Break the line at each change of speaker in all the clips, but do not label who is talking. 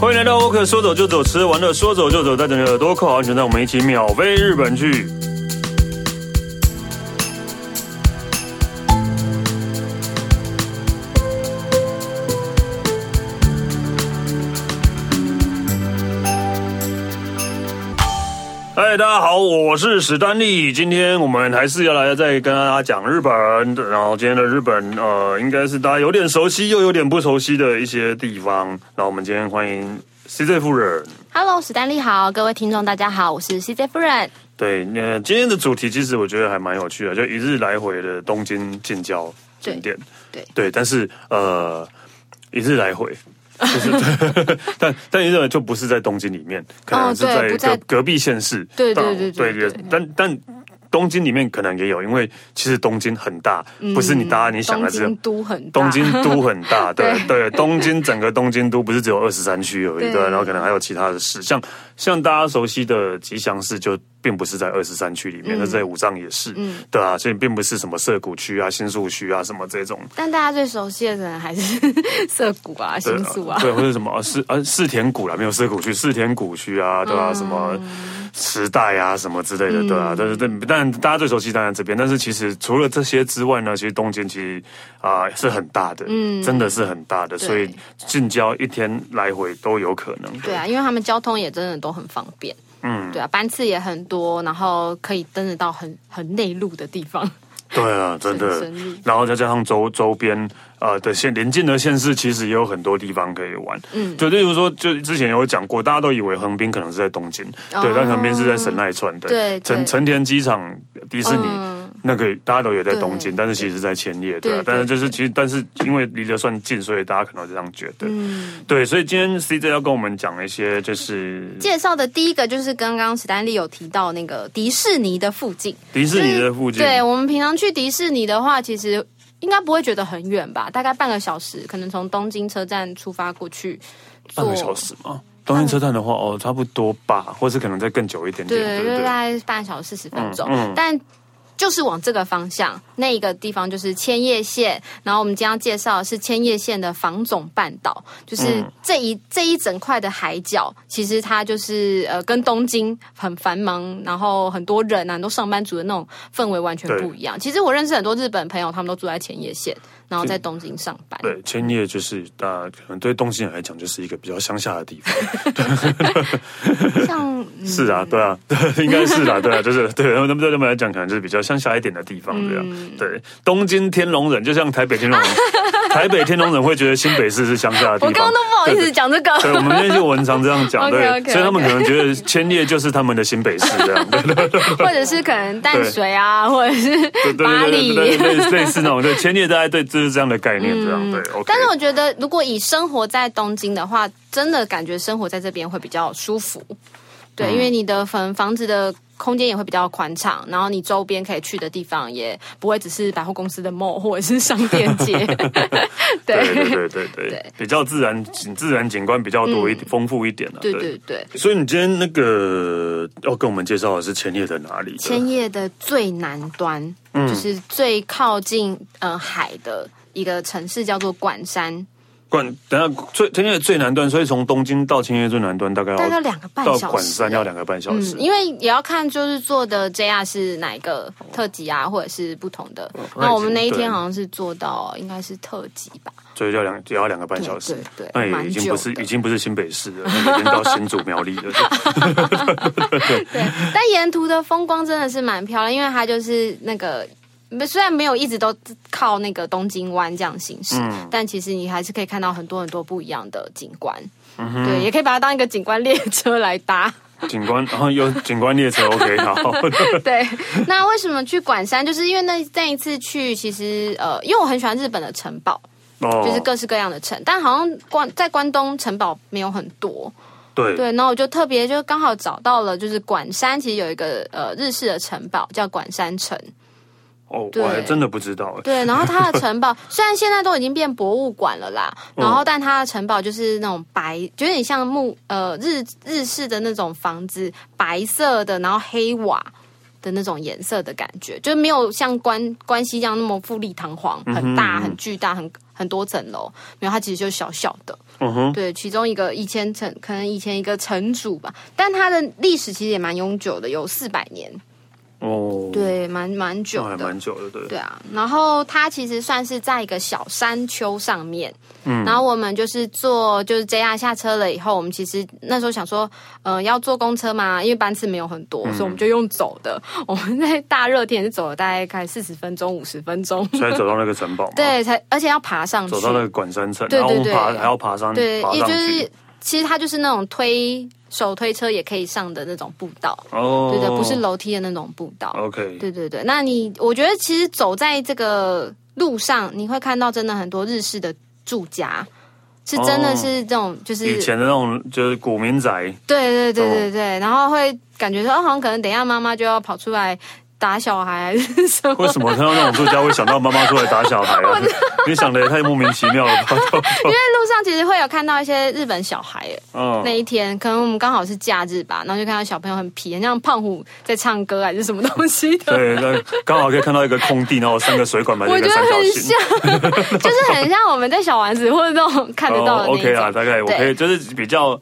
欢迎来到 OK，说走就走，吃完了说走就走，带着你的耳朵扣好安全带，我们一起秒飞日本去。嗨，哎大家好，我是史丹利。今天我们还是要来再跟大家讲日本，呃然后今天的日本，呃，应该是大家有点熟悉又有点不熟悉的一些地方。然后我们今天欢迎 CJ 夫人。
Hello，史丹利好，各位听众大家好，我是 CJ 夫人。
对，那、今天的主题其实我觉得还蛮有趣的，就一日来回的东京近郊景点。
对
对，但是呃，一日来回。就是 但但一日就不是在东京里面，可能
哦
是
对
在
不
隔
在
隔壁县市。
对对
当然
对
对
对
也
对
但但东京里面可能也有，因为其实东京很大，不是你大家你想的
东
这样
京。都很大
东京都很 大，对
对
对，东京整个东京都不是只有二十三区而已，
对
对，然后可能还有其他的市，像像大家熟悉的吉祥寺就并不是在二十三区里
嗯
面，那、在五藏也是，对啊，所以并不是什么涩谷区啊、新宿区啊什么这种，
但大家最熟悉的可能还是 涩谷啊、
对
新宿啊。
对，或者什么啊四啊四田谷啦，没有四谷区，四田谷区啊，对啊，什么时代啊，什么之类的，对啊，但是但但大家最熟悉当然这边，但是其实除了这些之外呢，其实东京其实啊、是很大的，嗯，真的是很大的，所以近郊一天来回都有可能，
对啊，因为他们交通也真的都很方便。嗯，对啊，班次也很多，然后可以真的到很很内陆的地方。
对啊，真的
省力。
然后再加上周周边呃的县邻近的县市，其实也有很多地方可以玩。嗯，就例如说，就之前有讲过，大家都以为横滨可能是在东京，对，但横滨是在神奈川的。
哦对对
成成田机场迪士尼。
嗯
那个大家都也在东京，
对
但是其实在千叶，对啊
对对
但是就是其实，但是因为离得算近，所以大家可能会这样觉得。
嗯
对，所以今天 CJ 要跟我们讲一些就是
介绍的第一个就是刚刚史丹利有提到那个迪士尼的附近，嗯
迪士尼的附近，
对我们平常去迪士尼的话，其实应该不会觉得很远吧，大概半个小时，可能从东京车站出发过去，
半个
坐
小时嘛。东京车站的话，哦，差不多吧，或是可能再更久一点点，
对，
不
就大概半小时四十分钟，
嗯嗯
但。就是往这个方向，那一个地方就是千叶县，然后我们今天要介绍的是千叶县的房总半岛，
嗯
就是这一、这一整块的海角，其实它就是呃跟东京很繁忙，然后很多人啊，很多上班族的那种氛围完全
对
不一样。其实我认识很多日本朋友，他们都住在千叶县，然后在东京上班。
对，千叶就是大家可能对东京人来讲，就是一个比较乡下的地方。
像嗯
是啊，对啊， 对，应该是啦、啊，对啊，就是对，然后他们对他们来讲，可能就是比较乡下一点的地方，对啊，
嗯
对，东京天龙人就像台北天 龙人，台北天龙人会觉得新北市是乡下的地
我
方。
刚刚都不好意思讲这
对，
个，
我们那些文常这样 讲，对
OK，OK，OK
所以他们可能觉 得千叶就是他们的新北市这样，对对对
或者是可能淡水啊，或者是巴
对
黎。
对对，类类似那种，对，千叶大概对就是这样的概念，这样对，OK。
嗯但是我觉得，如果以生活在东京的话，真的感觉生活在这边会比较舒服。对，
嗯
因为你的房房子的空间也会比较宽敞，然后你周边可以去的地方也不会只是百货公司的 mall 或者是商店街。
对对
对
对对对
对，嗯
比较自然景自然景观比较多一点，丰富一点啊。
对对对，
所以你今天那个要跟我们介绍的是千叶的哪里？
千叶的最南端，
嗯
就是最靠近呃海的一个城市，叫做管山，
管等下最千叶最南端，所以从东京到千叶最南端大概要
大概两个半
到
小
管
时。
山要两个半小时
嗯，。因为也要看就是做的 JR 是哪一个特级啊，或者是不同的。
哦那已
那我
经
们那一
对
天好像是做到应该是特级 吧，
所以要两也要两个半小时，
对对对
那也已经不是
蛮久的
已经不是新北市了，那已经到新竹苗栗了。 对
对。但沿途的风光真的是蛮漂亮，因为它就是那个。虽然没有一直都靠那个东京湾这样行驶，
嗯
但其实你还是可以看到很多很多不一样的景观，
嗯
对，也可以把它当一个景观列车来搭。
景观，然后有景观列车，OK，好，
对，那为什么去管山？就是因为那那一次去，其实呃，因为我很喜欢日本的城堡，
哦
就是各式各样的城，但好像关在关东城堡没有很多。
对
对，然后我就特别就刚好找到了，就是管山其实有一个呃日式的城堡叫管山城。
哦，
对
我还真的不知道，哎
对，然后它的 城堡虽然现在都已经变博物馆了啦，
嗯
然后但它的城堡就是那种白，有点像木呃日日式的那种房子，白色的，然后黑瓦。的那种颜色的感觉，就没有像关关
嗯
西这样那么富丽堂皇，很大、很巨大、很很多层楼。没有，它其实就小小的，
嗯哼，
对，其中一个以前城可能以前一个城主吧，但它的历史其实也蛮悠久的，有四百
嗯
年，
哦，，
对，蛮蛮久
那还
的
蛮。久的，对，
对啊，然后它其实算是在一个小山丘上面，嗯，然后我们就是坐就是 JR 下车了以后，我们其实那时候想说，呃，要坐公车嘛，因为班次没有很多，所以我
嗯
们就用走的。我们在大热天是走了大概快四十分钟、五十分钟，
才走到那个城堡嘛，，
对，才而且要爬上去，
走到那个管山城，
对
然后我们
对对
爬还要爬上，
对，
爬
也
上
就是
去，
其实它就是那种推手推车也可以上的那种步道，
哦，
对对，不是楼梯的那种步道。
，OK，
对对对，那你我觉得其实走在这个路上，你会看到真的很多日式的住家，是真的是这种就是
哦以前的那哦种就是古民宅，
对对对对对，然后会感觉说，哦，好像可能等一下妈妈就要跑出来打小孩 还是什么
为什么看到那种作家会想到妈妈出来打小 孩啊？ 你想的也太莫名其妙了吧？
路上其实会有看到一些日本小孩耶那
嗯，
一天，可能我们刚好是假日吧，然后就看到小朋友很皮，很像胖虎在唱歌还是什么东西的。
对，那刚好可以看到一个空地，然后三个水管埋着
我
一
觉
个
得
三角
很
形。
像， 就是很像我们在小丸子或者那种看得到的那一
哦 OK 啦，
种，
大概我可以就是比较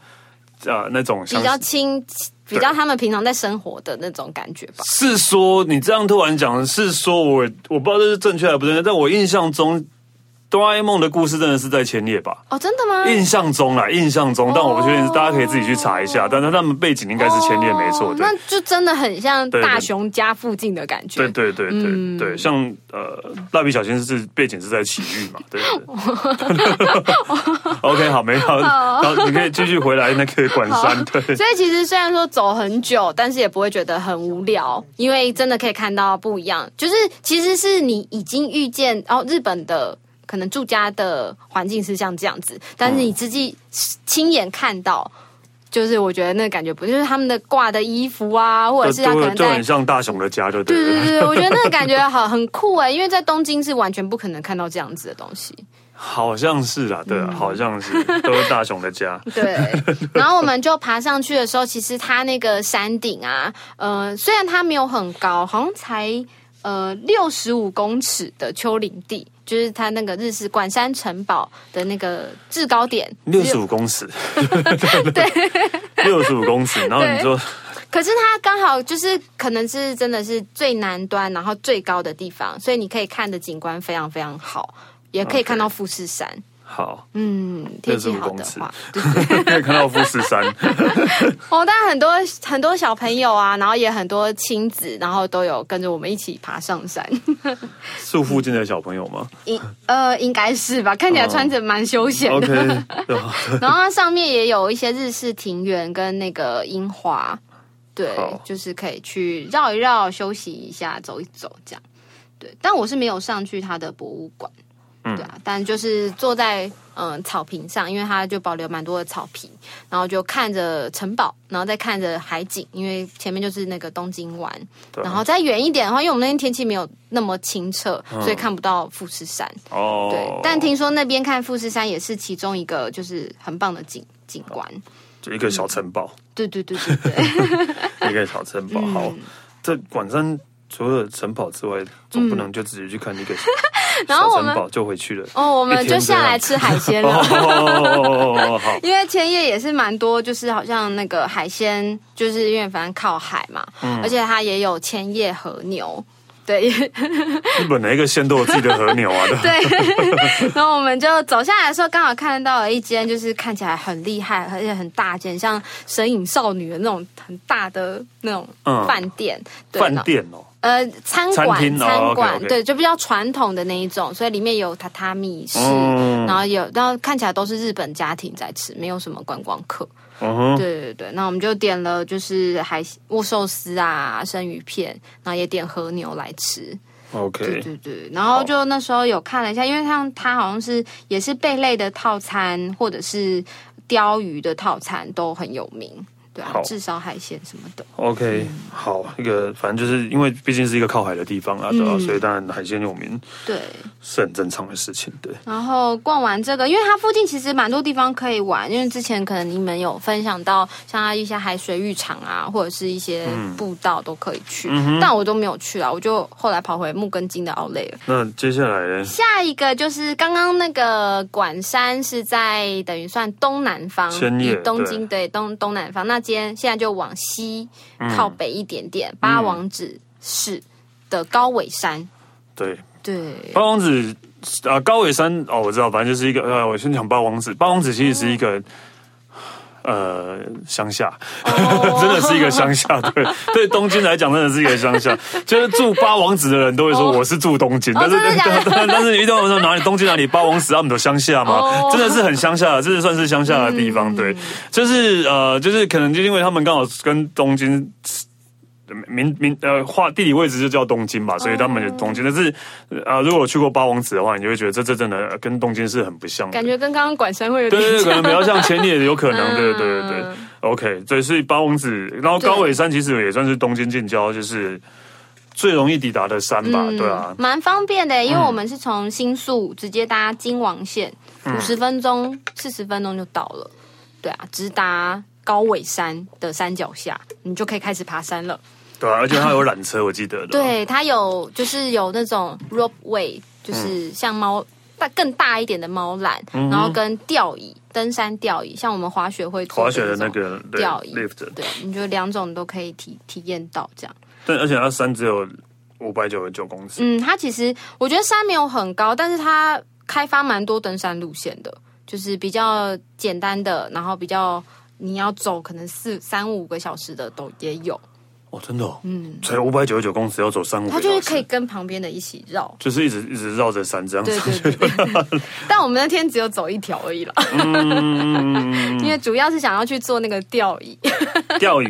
呃那种
比
像
较亲，比较他们平常在生活的那种感觉吧。
是说你这样突然讲，是说我我不知道这是正确还是不正确，但我印象中哆啦 A 梦的故事真的是在千叶吧？
哦，真的吗？
印象中啦，印象中，但我不确定，
哦
大家可以自己去查一下。但是他们背景应该是千叶，没错，
哦
对。
那就真的很像
对对
大雄家附近的感觉
对。对对对、
嗯
对，像呃，蜡笔小新是背景是在奇遇嘛，对对对。OK，好，
哦
没好，然后你可以继续回来那个管山，对
所以其实虽然说走很久，但是也不会觉得很无聊，因为真的可以看到不一样。就是其实是你已经遇见哦，日本的可能住家的环境是像这样子，但是
嗯
你自己亲眼看到，就是我觉得那个感觉不就是他们的挂的衣服啊，或者是他可
就
能
就
在
很。像大雄的家，就对
对
了
对 对，对我觉得那个感觉好很酷哎，因为在东京是完全不可能看到这样子的东西。
好像是啦，对啊，
嗯
好像是都是大雄的家，
对， 然后我们就爬上去的时候，其实它那个山顶啊，呃，虽然它没有很高，好像才呃六十五公尺的丘陵地，就是它那个日式管山城堡的那个制高点。
六十五公 尺，对，六十五公尺，然后你说
可是它刚好就是可能是真的是最南端，然后最高的地方，所以你可以看的景观非常非常好，也可以看到富士山。
好，
嗯，天气
65
好
公
的
尺
话。
可 以看到富士山，
哦，但很多很多小朋友啊，然后也很多亲子，然后都有跟着我们一起爬上山。
是附近的小朋友吗
应呃应该是吧，看起来穿着蛮休闲的。
？OK，对吧
然后它上面也有一些日式庭园跟那个樱花，对
好，
就是可以去绕一绕、休息一下、走一走这样。对，但我是没有上去它的博物馆，
嗯
对啊，但就是坐在嗯、呃草坪上，因为它就保留蛮多的草皮，然后就看着城堡，然后再看着海景，因为前面就是那个东京湾，
对啊
然后再远一点的话，因为我们那天天气没有那么清澈，
嗯
所以看不到富士山。对
哦，，
但听说那边看富士山也是其中一个就是很棒的景景观。
就一个小城堡。
对对对 对对，嗯
一个小城堡。好，这管山除了城堡之外，总不能就自己去看一个
然后
小
我
城
们
堡就回去了。
哦，我们就下来吃海鲜
哦
了。
哦，好，
因为千叶也是蛮多，就是好像那个海鲜，就是因为反正靠海嘛，而且它也有千叶和牛， 对
日本哪一个县都有自己的和牛啊？对吧，
对。然后我们就走下来的时候，刚好看到了一间就是看起来很厉害，而且很大间，像《神隐少女》的那种很大的那种
嗯
饭店，对
饭
然后
店哦，
呃，餐
餐
馆
厅哦
餐馆
OK，OK
对，就比较传统的那一种，所以里面有榻榻米室，
嗯
然后有，然后看起来都是日本家庭在吃，没有什么观光客。
嗯哼，
对对对，那我们就点了就是海握寿司啊、生鱼片，然后也点和牛来吃。对
OK，
对对，然后就那时候有看了一下，因为像它好像是也是贝类的套餐，或者是鲷鱼的套餐都很有名。对啊
好，
炙烧海鲜什么的。
OK，、好，一个反正就是因为毕竟是一个靠海的地方啊，对吧、
嗯
所以当然海鲜有名
对，
是很正常的事情，对。
然后逛完这个，因为它附近其实蛮多地方可以玩，因为之前可能你们有分享到，像它一些海水浴场啊，或者是一些
嗯
步道都可以去，但我都没有去啊啦，我就后来跑回木根津的奥莱了。
那接下来呢？
下一个就是刚刚那个管山是在等于算东南方，
千叶
以东京对东东南方。那今天现在就往西靠北一点
嗯
点，八王子市的高尾山，
对，
对，
八王子啊，高尾山哦，我知道，反正就是一个呃，我先讲八王子。八王子其实是一个、呃乡下，
哦
真的是一个乡下。 对，对东京来讲，真的是一个乡下。就是住八王子的人都会说
哦
我是住东京，
哦
但是、
真的假的
但但是你遇到我说哪里东京哪里八王子，他们都乡下嘛，
哦嗯
真的是很乡下，这是算是乡下的地方。对，就是呃，就是可能就因为他们刚好跟东京。民民呃，划地理位置就叫东京吧，所以他们就
哦
东京。但是啊、呃如果有去过八王子的话，你就会觉得这这真的呃跟东京是很不像的。
感觉跟刚刚管山会有
对
点
对对，可能
像。
比较像千叶，有可能，对对对对
嗯
OK，对，所以八王子，然后高尾山其实也算是东京近郊，就是最容易抵达的山吧，对啊。
嗯
嗯
蛮方便的，因为我们是从新宿直接搭京王线，
嗯
五十、分钟、四十分钟就到了。对啊，直达高尾山的山脚下，你就可以开始爬山了。
对啊，而且它有缆车，我记得的。，啊
对，它有就是有那种 ropeway，就是像猫大更大一点的猫缆，
嗯
然后跟吊椅、登山吊椅，像我们滑雪会坐
滑雪的那
种
个对
吊椅
lift，
对，你就两种都可以体体验到这样。
但而且它山只有五百九十九公尺，
嗯，它其实我觉得山没有很高，但是它开发蛮多登山路线的，就是比较简单的，然后比较你要走可能四三五个小时的都也有，
哦，真的、哦，嗯，才五百九十九公尺要走三五，
它就是可以，跟旁边的一起绕。
就是一直一直绕着山这样子
对。对对对 但我们那天只有走一条而已啦， 因为主要是想要去做那个吊椅。
吊椅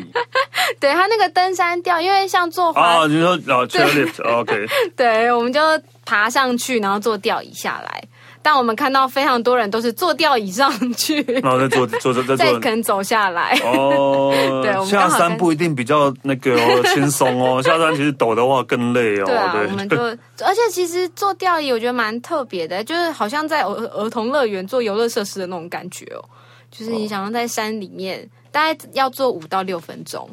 对它那个登山吊，因为像坐滑
啊，你说啊 c h a i r l i f t o k
对，我们就爬上去，然后坐吊椅下来。但我们看到非常多人都是坐吊椅上去，
然后再坐坐坐再
再
坐
可。能走下来。
哦
对我，们
下
刚好
山
跟
不一定比较那个 哦轻松哦，下山其实抖的话更累哦。
对啊，我们就而且其实做吊椅我觉得蛮特别的，就是好像在儿儿童乐园做游乐设施的那种感觉哦，就是你想要在山里面，大概要坐五到六分钟，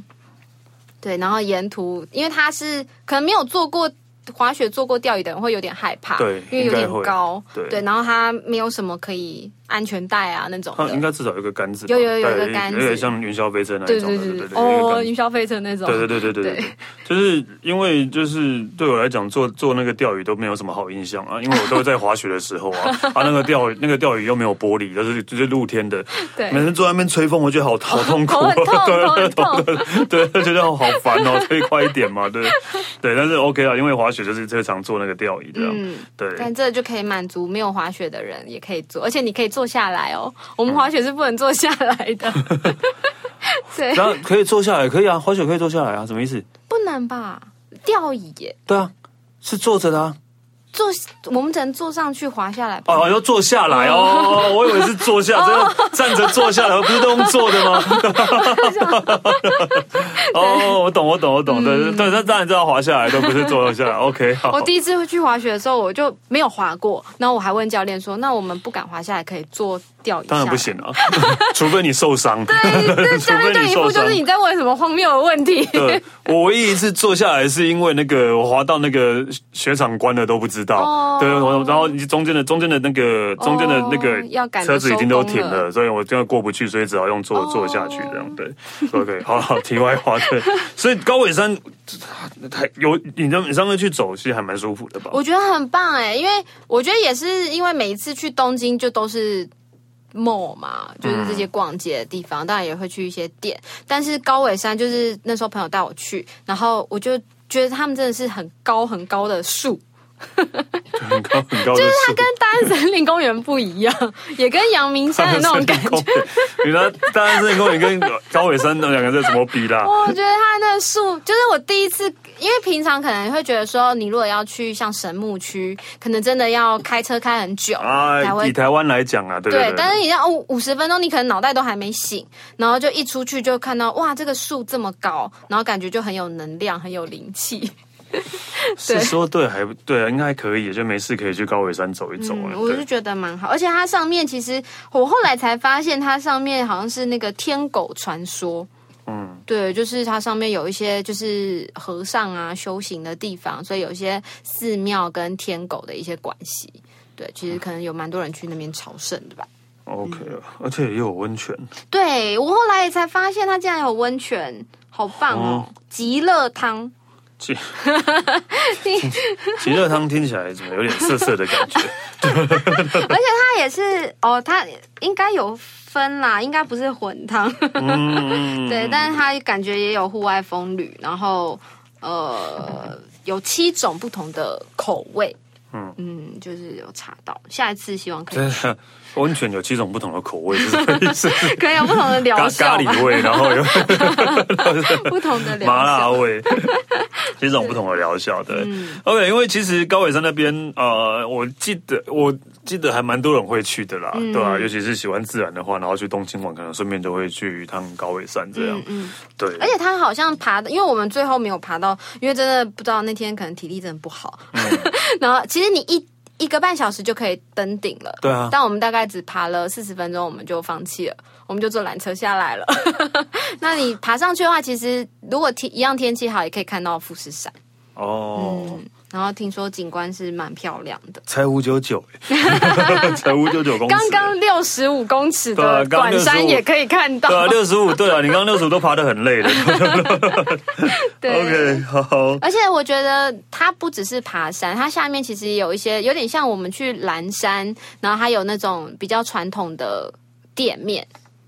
对，然后沿途因为它是可能没有做过滑雪做过吊椅的人会有点害怕，
对
因为有
应该会
点高，
对
然后它没有什么可以安全带啊那种
它应
的。
该至少有个杆子吧，
有有有有
对
一个杆子
有点像云霄飞车那
对
一种
对
的，
对
有一
对，
个杆
哦，
子
云霄飞车那种，
对对对对对对对，就是因为就是对我来讲，做做那个钓鱼都没有什么好印象啊，因为我都是在滑雪的时候 啊，啊那个钓鱼那个钓鱼又没有玻璃，就是就是露天的，
对
每天坐在那边吹风，我觉得好好痛苦
头
啊，
很痛，头很 痛，
对，觉得好烦哦，吹快一点嘛，对对，但是 OK 啊，因为滑雪就是最常做那个钓鱼这样，
嗯。
对，
但这就可以满足没有滑雪的人也可以做，而且你可以坐下来哦。我们滑雪是不能坐下来的，
嗯
对，
然后可以坐下来，可以啊，滑雪可以坐下来啊，什么意思？
不能吧？吊椅耶，
对啊，是坐着的啊。
坐我们只能坐上去滑下来吧。
哦，要坐下来哦，我以为是坐下，真的
哦
站着坐下来，不是都用坐的 吗？哦，我懂，我懂，我懂，对对对，那当然知道滑下来，都不是坐下来。OK，好
嗯我，第一次去滑雪的时候，我就没有滑过，然后我还问教练说：“那我们不敢滑下来，可以坐吊椅？”
当然不行。啊，除非你受伤，除
那教练就
非你
一
受
副
伤
就是。你在问什么荒谬的问题。
对，我唯一一次坐下来是因为那个我滑到那个雪场关了都不知道，
哦
对，我然后你中间的中间的那个中间的那个
哦要赶着
车子已经都停
收工
了，所以我真的过不去，所以只好用坐
哦
坐下去这样。对，OK，好好，题外话，对，所以高尾山还有你上你上次去走，其实还蛮舒服的吧？
我觉得很棒哎，因为我觉得也是因为每一次去东京就都是 mall 嘛，就是这些逛街的地方，当然也会去一些店，但是高尾山就是那时候朋友带我去，然后我就觉得他们真的是很高很高的树。
很高很高的
就是
树
它跟大安森林公园不一样， 也跟阳明山的那种 感觉。
觉。你拿大安森林公园跟高尾山那两个在怎么比啦？
我觉得它那树，就是我第一次，因为平常可能会觉得说，你如果要去像神木区，可能真的要开车开很久才
啊，
会
以台湾来讲啊，对
对
对，
但是你要哦，五十分钟，你可能脑袋都还没醒，然后就一出去就看到哇，这个树这么高，然后感觉就很有能量，很有灵气。
是说对还对啊，应该还可以，就没事可以去高尾山走一走啊
嗯，。我
对
就觉得蛮好，而且它上面其实我后来才发现，它上面好像是那个天狗传说。嗯，对，就是它上面有一些就是和尚啊修行的地方，所以有一些寺庙跟天狗的一些关系。对，其实
嗯
可能有蛮多人去那边朝圣的吧。
OK，而啊且也有温泉，
对我后来也才发现，它竟然有温泉，好棒哦！极乐汤，
极极乐汤听起来怎么有点涩涩的感 觉？
而且它也是哦，它应该有分啦，应该不是混汤，
嗯，
对，但是它感觉也有户外风旅，然后呃有七种不同的口味，嗯嗯，就是有查到，下一次希望可以
真的温泉有七种不同的口味，是 什么意思？
可能有不同的疗
咖
效
咖
吧，
喱味，然后有
不同的疗
麻辣
效，
味，几种不同的疗效。对、o
嗯
k 因为其实高尾山那边，呃，我记得我记得还蛮多人会去的啦，
嗯
对啊，尤其是喜欢自然的话，然后去东京玩，可能顺便就会去一趟高尾山这样。对，
嗯而且它好像爬的，因为我们最后没有爬到，因为真的不知道那天可能体力真的不好。
嗯
然后其实你一一个半小时就可以登顶了，
对啊
但我们大概只爬了四十分钟，我们就放弃了，我们就坐缆车下来了。 那你爬上去的话，其实如果天一样天气好，也可以看到富士山。
哦。
嗯然后听说景观是蛮漂亮的，
才五九 九，才五九九公尺，
刚刚六十五公尺
对啊
的
刚
管山
65
也可以看到
对。啊，六十五，对啊，你刚刚六十五都爬得很累了。
对
OK，好，
而且我觉得它不只是爬山，它下面其实也有一些有点像我们去蓝山，然后它有那种比较传统的店面，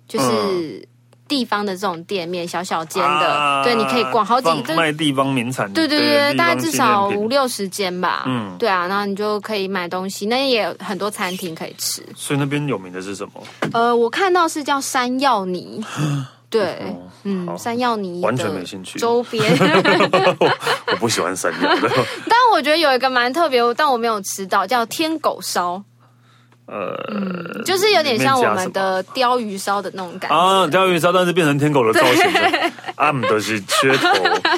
就是地方的这种店面，小小间的，
啊
对，你可以逛好几
放
对
卖地方名产，
对对对，
地
大
方
概至
纪
少
念品
五六十间吧。
嗯
嗯，对啊，然后你就可以买东西，那也有很多餐厅可以吃。
所以那边有名的是什么？
呃，我看到是叫山药泥，对，
好
嗯，山药泥
完全
的
没兴趣
周边。
我不喜欢山药 的，
但我觉得有一个蛮特别，但我没有吃到，叫天狗烧，
呃，
就是有点像我
里面加
们
什么。
的鲷鱼烧的那种感觉。
啊，钓鱼烧，但是变成天狗的造型了，啊，不就是噱 头，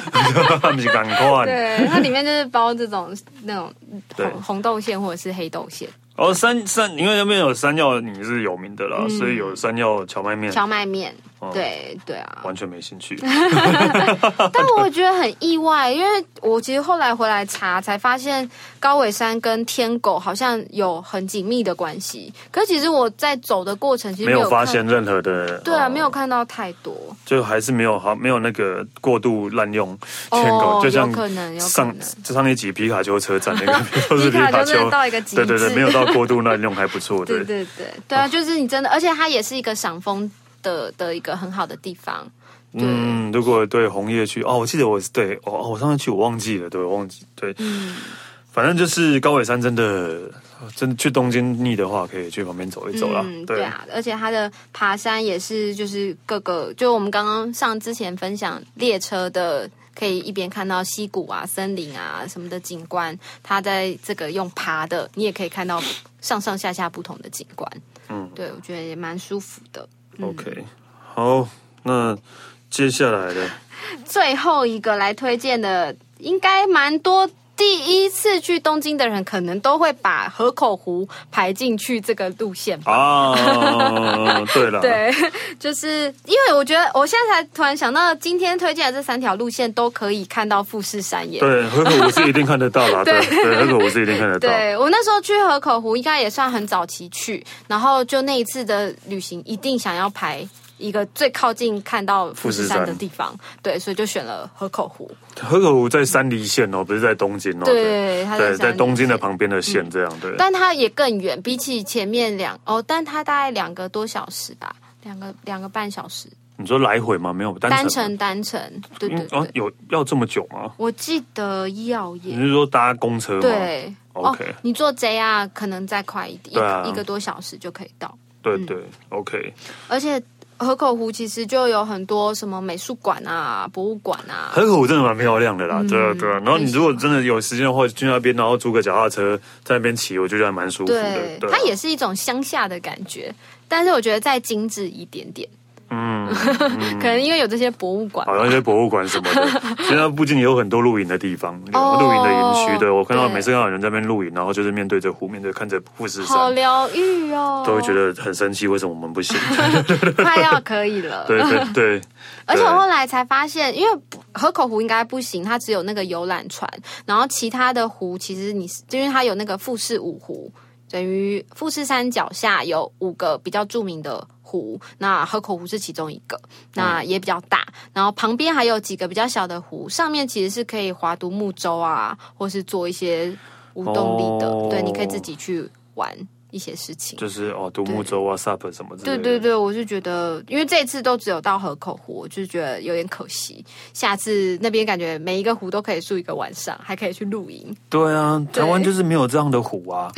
啊，不是赶快。
对，它里面就是包这种那种
对
红红豆馅或者是黑豆馅、
哦，山山，因为那边有山药，你是有名的啦，所以有山药荞麦面，
嗯荞麦面。对对啊，
完全没兴 趣。
但我觉得很意外，因为我其实后来回来查才发现，高尾山跟天狗好像有很紧密的关系。可是其实我在走的过程其实
没有
看
发现，任何的，
对啊，
哦
没有，看到太多。
就还是没有好，没有那个过度滥用天狗，
哦
就像
有可能有可
上
能
上一集皮卡丘车站那 个，都是皮
皮卡
卡
丘真
丘
的到一个极
对对对，
致
没有到过度滥用还不错，
对对对对啊，就是你真的，而且它也是一个赏枫的的一个很好的地方。对，
嗯，如果对红叶区哦，我记得我是对哦哦，我上次去我忘记了，对，我忘记对，
嗯
反正就是高尾山真的真的去东京腻的话，可以去旁边走一走啦。
嗯，对啊，而且它的爬山也是就是各个，就我们刚刚上之前分享列车的。可以一边看到溪谷啊、森林啊什么的景观，它在这个用爬的，你也可以看到上上下下不同的景观。
嗯
嗯，对，我觉得也蛮舒服的。
o k 好，那接下来的
最后一个来推荐的，应该蛮多。第一次去东京的人，可能都会把河口湖排进去这个路线
哦
吧。
啊，对了，，
对，就是因为我觉得，我现在才突然想到，今天推荐的这三条路线都可以看到富士山耶。
对，河口我是一定看得到 啦，对对，河口我是一定看得到。
对我那时候去河口湖，应该也算很早期去，然后就那一次的旅行，一定想要排一个最靠近看到富士
富
山
士
的
山
地方，对，所以就选了河口湖。
河口湖在山梨县哦，不是在东京哦，
对它在
对，
山
在
梨
东京的旁边的县这样，对，
但它也更远，比起前面两哦，但它大概两个多小时吧，两个两个半小时，
你说来回吗？没有单程
单
吗
程单程，对对
嗯
对，
啊，有要这么久吗？
我记得要
你
耶，
是说搭公车吗？，
对。
OK
哦，你坐 JR 可能再快一点，
对啊
一个一个多小时就可以到。
对对，OK。
而且河口湖其实就有很多什么美术馆啊、博物馆啊，
河口真的蛮漂亮的啦，对啊对啊。然后你
嗯没错
如果真的有时间的话，去那边然后租个脚踏车在那边骑，我觉得还蛮舒服的。
对，
对啊，
它也是一种乡下的感觉，但是我觉得再精致一点点，
嗯，
可能因为有这些博物馆吧。
好像一些博物馆什么的。现在附近也有很多露营的地方，
哦
露营的营区。对我看到
对
每次看到有人在那边露营，然后就是面对着湖，面对看着富士
好
山，
疗愈哦，
啊都会觉得很生气，为什么我们不行？
快要可以了。
对对对，
而且
对
我后来才发现，因为河口湖应该不行，它只有那个游览船，然后其他的湖其实你是因为它有那个富士五湖，等于富士山脚下有五个比较著名的湖，那河口湖是其中一个，那
嗯
也比较大，然后旁边还有几个比较小的湖，上面其实是可以划独木舟啊，或是做一些无动力的，
哦
对，你可以自己去玩一些事情。
就是哦，独木舟啊、SUP 什么之类
对
的。
对对，我是觉得，因为这一次都只有到河口湖，我就觉得有点可惜。下次那边感觉每一个湖都可以住一个晚上，还可以去露营。
对啊，
对
台湾就是没有这样的湖啊。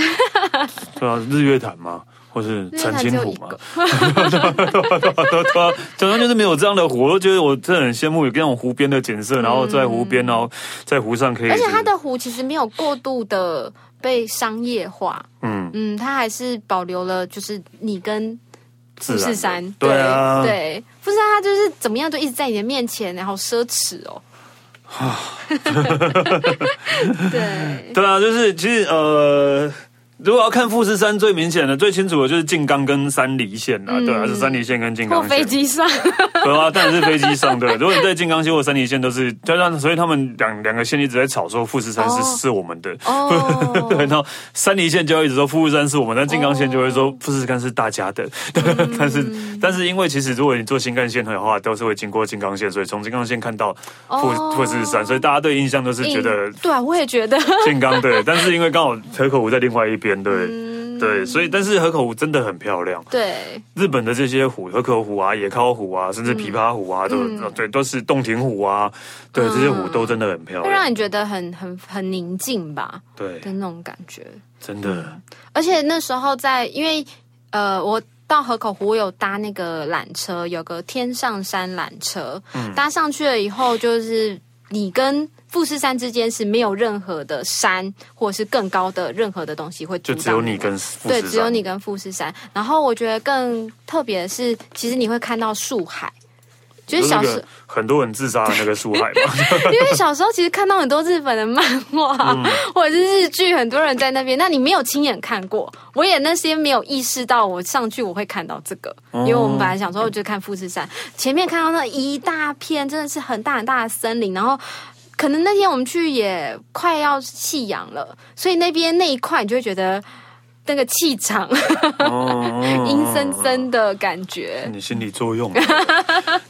对啊，日月潭嘛，或是
日月
澄
潭
清
只有
湖
一
嘛
个，，
对啊，台湾就是没有这样的湖。我都觉得我真的很羡慕有这种湖边的景色，然后在湖边，然后在湖上可以。
而且它的湖其实没有过度的被商业化，
嗯，
嗯，它还是保留了就是你跟富士山，
自然的对啊
对，富士山它就是怎么样就一直在你的面前，然后奢侈哦。
啊
对，
对啊，就是其实呃。如果要看富士山，最明显的、最清楚的就是静冈跟三梨县啦，对啊，是三梨县跟静冈县。
坐嗯飞机上，
对啊，但是飞机上对。如果你在静冈县或三梨县都是，加上所以他们两两个县一直在吵说富士山是、
哦
是我们的。
哦，
对，然后三梨县就会一直说富士山是我们，但静冈县就会说
哦嗯
富士山是大家的。 但是，但是因为其实如果你坐新干线的话，都是会经过静冈县，所以从静冈县看到富
哦
富士山，所以大家对印象都是觉得
嗯对啊，我也觉得，
静冈对。但是因为刚好河口湖在另外一边，对
嗯
对，所以但是河口湖真的很漂亮。
对，
日本的这些湖，河口湖啊、野尻湖啊，甚至琵琶湖啊，都、
嗯
对，都是洞庭湖啊，对，这些湖都真的很漂
会
亮，
让你觉得很很很宁静吧
对，
的那种感觉。
真的，
而且那时候在，因为呃，我到河口湖我有搭那个缆车，有个天上山缆车，
嗯
搭上去了以后，就是你跟富士山之间是没有任何的山，或者是更高的任何的东西会阻
就
挡
只有你
们
跟富士
对，
山，
只有你跟富士山。然后我觉得更特别的是，其实你会看到树海，就是
那
小时
个很多人自杀的那个树海嘛，
因为小时候其实看到很多日本的漫画、
嗯
或者是日剧，很多人在那边，那你没有亲眼看过，我也那些没有意识到，我上去我会看到这个，
哦
因为我们本来想说，我就看富士山，前面看到那一大片真的是很大很大的森林，然后。可能那天我们去也快要夕阳了，所以那边那一块你就会觉得那个气场
哦
阴森森的感觉。
你心理作用啊，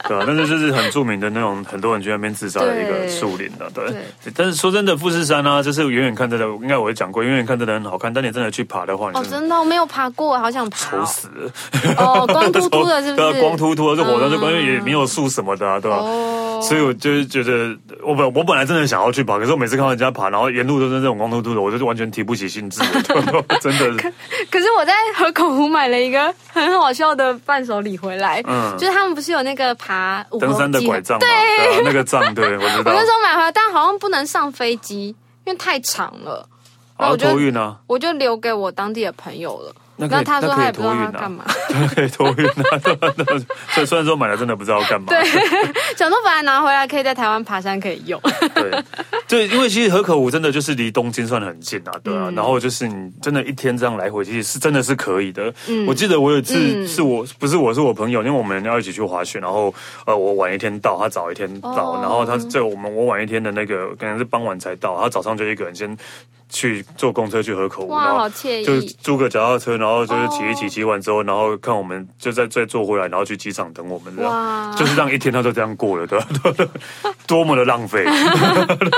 对啊，但是就是很著名的那种，很多人去那边自杀的一个
对
树林啊，对。
对
但是说真的，富士山啊，就是远远看真的，应该我也讲过，远远看真的很好看，但你真的去爬的话，你
哦，
真的
真的、我没有爬过，好想爬
愁
哦、
死了。
哦，光秃秃的，是不
对啊
是？嗯
光秃秃的，这火山就关键也没有树什么的啊，对吧、
哦
所以我就是觉得，我本我本来真的想要去爬，可是我每次看到人家爬，然后沿路都是那种光秃秃的，我就是完全提不起兴致， 真的。
可是我在河口湖买了一个很好笑的伴手礼回来，
嗯
就是他们不是有那个爬五
登山的拐杖嘛，
对，
对啊，那个杖，对我知
我
道
那。时候买回来，但好像不能上飞机，因为太长了，
然
那
后
我就
托运啊，
我就留给我当地的朋友了。
那可以
然后他说
那可以
他也不知道
托运
他
啊
干嘛，
对，托运啊，对啊对啊 所以虽然说买了真的不知道干嘛，
想说本来拿回来可以在台湾爬山可以用，
对，就因为其实河口湖真的就是离东京算很近啊，对啊。
嗯
然后就是你真的一天这样来回，其实是真的是可以的。我记得我有一次、
嗯
是我不是我是我朋友，因为我们要一起去滑雪，然后呃我晚一天到，他早一天到，
哦
然后他在我们我晚一天的那个可能是傍晚才到，他早上就一个人先。去坐公车去河口湖，
哇，
然后
好惬
就
意，
租个脚踏车，然后就是骑一
哦
骑，骑完之后，然后看我们就再再坐回来，然后去机场等我们这样。
哇，
就是这样一天，他就这样过了，对吧？ 对吧多么的浪 费，
好棒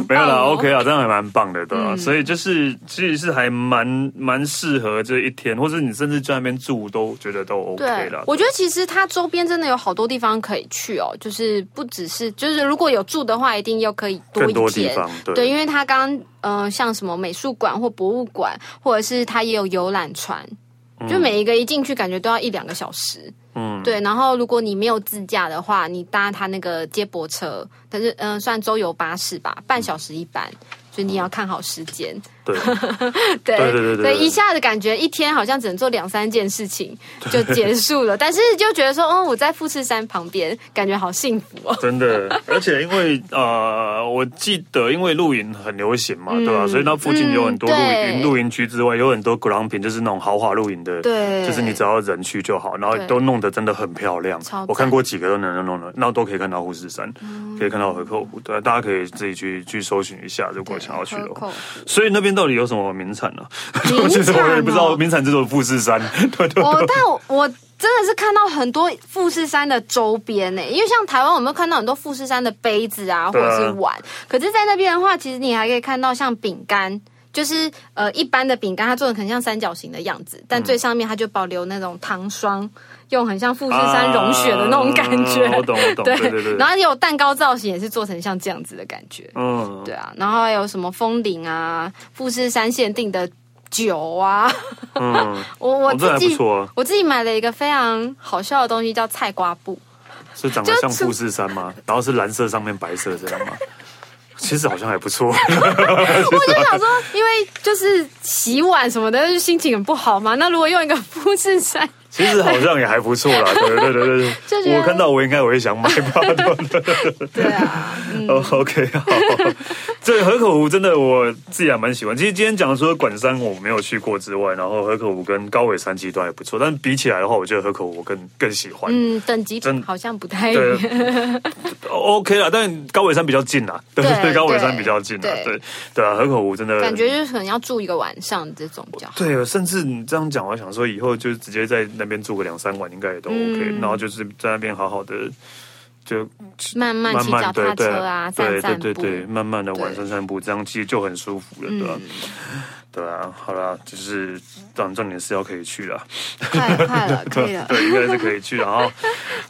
哦
没有啦，OK 啊啦，这样还蛮棒的，对吧？
嗯
所以就是其实是还蛮蛮适合这一天，或者你甚至在那边住都觉得都 OK
对
啦，。
我觉得其实它周边真的有好多地方可以去哦，就是不只是就是如果有住的话，一定又可以多
更
一
多地
天。
方对
对，因为它刚刚呃，像什么美术馆或博物馆，或者是它也有游览船，就每一个一进去感觉都要一两个小时。
嗯，
对，然后如果你没有自驾的话，你搭它那个接驳车，但是嗯、呃算周游巴士吧，半小时一班，所以你要看好时间。
对，
对
对对对对对
一下子感觉一天好像只能做两三件事情就 结束了，但是就觉得说，哦，我在富士山旁边，感觉好幸福哦。
真的，而且因为呃，我记得因为露营很流行嘛，对吧、所以那附近有很多露
嗯
营、
对
露营区之外，有很多 glamping，就是那种豪华露营的，
对
就是你只要人去就好，然后
对
都弄得真的很漂亮
超赞。嗯
我看过几个都能弄的，那都可以看到富士山，可以看到河口湖，对啊、大家可以自己去去搜寻一下，如果想要去哦的
河
话
口。
所以那边到底有什么名产呢、
名
其 实我也
产
不知道，
哦
名产只有富士山，对 对
我哦但我我真的是看到很多富士山的周边呢，因为像台湾我们看到很多富士山的杯子啊，或
对啊
者是碗，可是在那边的话，其实你还可以看到像饼干。就是呃，一般的饼干它做的很像三角形的样子，
嗯
但最上面它就保留那种糖霜，用很像富士山融雪的那种感觉。
啊啊我懂， 我懂，对对对。
然后也有蛋糕造型，也是做成像这样子的感觉。
嗯，
对啊，然后还有什么风铃啊，富士山限定的酒啊，
嗯，
我我
哦这还
自己、
不错啊
我自己买了一个非常好笑的东西，叫菜瓜 布。
是长得像富士山吗？然后是蓝色上面白色这样吗？ 其实好像还不错，
我就想说，因为就是洗碗什么的，就心情很不好嘛。那如果用一个富士山，
其实好像也还不错啦。对对对对
就觉
对，
得
我看到我应该我也想买吧。
对啊，
哦 OK，好，这河口湖真的我自己还蛮喜欢。其实今天讲除了管山我没有去过之外，然后河口湖跟高尾山其实都还不错，但比起来的话，我觉得河口湖我更更喜欢。
嗯，等级
真
好像不太一
对
样。
，OK 啦，但高尾山比较近啦，对
对
对，高尾山
对
比较近啦，
对
对对啊，河口湖真的
感觉就是可能要住一个晚上这种比较好。
对，甚至你这样讲，我想说以后就直接在那边住个两三晚，应该也都
嗯
OK、然后就是在那边好好的，就
慢慢
慢
骑脚
慢
踏
对对
车啊，
对
散
对
散
对
步。
对，慢慢的晚
对嗯
上散步，这样其实就很舒服了，对吧、对啊，好啦，就是重重点是要可以去啦，
快了快 了，可以了。
对，应该是啊可以去啦。然 后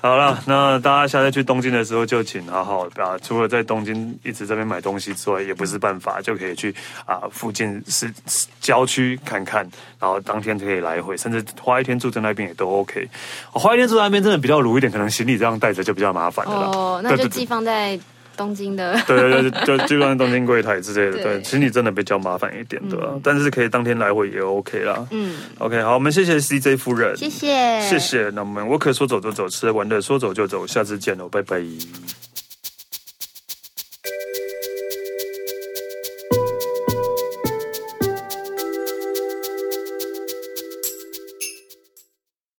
好了，那大家下次去东京的时候，就请好好啊，除了在东京一直这边买东西之外，也不是办法，就可以去啊附近市市郊区看看，然后当天可以来回，甚至花一天住在那边也都 OK。哦花一天住在那边真的比较如一点，可能行李这样带着就比较麻烦了啦。
哦，那
对
就
对
寄放在东京的。
对对 对，就就放在东京柜台之类的，
对
对，嗯行李真的比较麻烦一点，对吧？但是可以当天来回也 OK 啦。
嗯，
OK，好，我们谢谢 CJ 夫人，
谢谢，
谢。谢。那我们 Work 说走就走，吃喝玩乐说走就走，下次见喽，拜拜。